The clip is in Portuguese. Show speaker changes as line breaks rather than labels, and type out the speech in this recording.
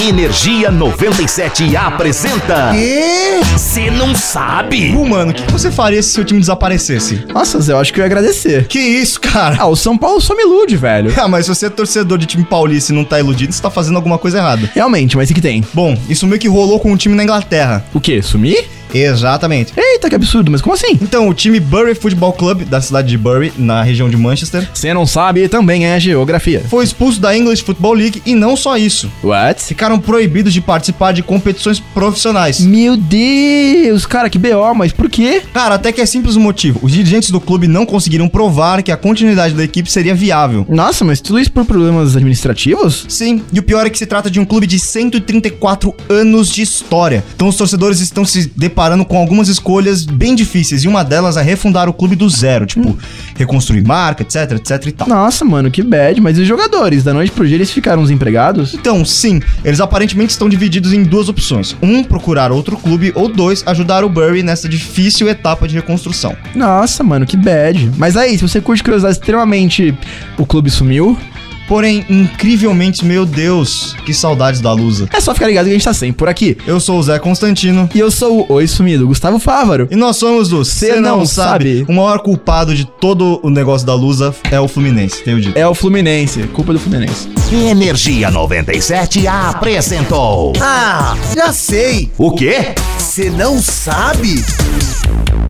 Energia 97 apresenta.
E...
Você não sabe?
Pô, mano, o que você faria se seu time desaparecesse?
Nossa, Zé, eu acho que eu ia agradecer.
Que isso, cara?
Ah, o São Paulo só me ilude, velho.
Ah, mas se você é torcedor de time paulista e não tá iludido, você tá fazendo alguma coisa errada.
Realmente, mas o que tem?
Bom, isso meio que rolou com um time na Inglaterra.
O quê? Sumir?
Exatamente.
Eita, que absurdo, mas como assim?
Então, o time Bury Football Club, da cidade de Bury, na região de Manchester,
Você não sabe também é geografia.
foi expulso da English Football League e não só isso.
What?
Ficaram proibidos de participar de competições profissionais.
Meu Deus, cara, que BO, mas por quê?
Cara, até que é simples o motivo. Os dirigentes do clube não conseguiram provar que a continuidade da equipe seria viável.
Nossa, mas tudo isso por problemas administrativos?
Sim, e o pior é que se trata de um clube de 134 anos de história. Então os torcedores estão se deparando com algumas escolhas bem difíceis, e uma delas é refundar o clube do zero, tipo, reconstruir marca, etc, etc e tal.
Nossa, mano, que bad, mas e os jogadores? Da noite pro dia eles ficaram desempregados?
Então, sim, eles aparentemente estão divididos em duas opções. Um, procurar outro clube, ou dois, ajudar o Bury nessa difícil etapa de reconstrução.
Nossa, mano, que bad. Mas aí, se você curte curiosidade extremamente, o clube sumiu.
Porém, incrivelmente, meu Deus, que saudades da Lusa.
É só ficar ligado que a gente tá sempre por aqui.
Eu sou o Zé Constantino.
E eu sou o Oi Sumido, Gustavo Fávaro.
E nós somos do
Cê
Cê
Não Sabe.
O maior culpado de todo o negócio da Lusa é o Fluminense, tenho dito.
É o Fluminense, culpa do Fluminense.
Energia 97 apresentou.
Ah, já sei.
O quê?
Você não sabe?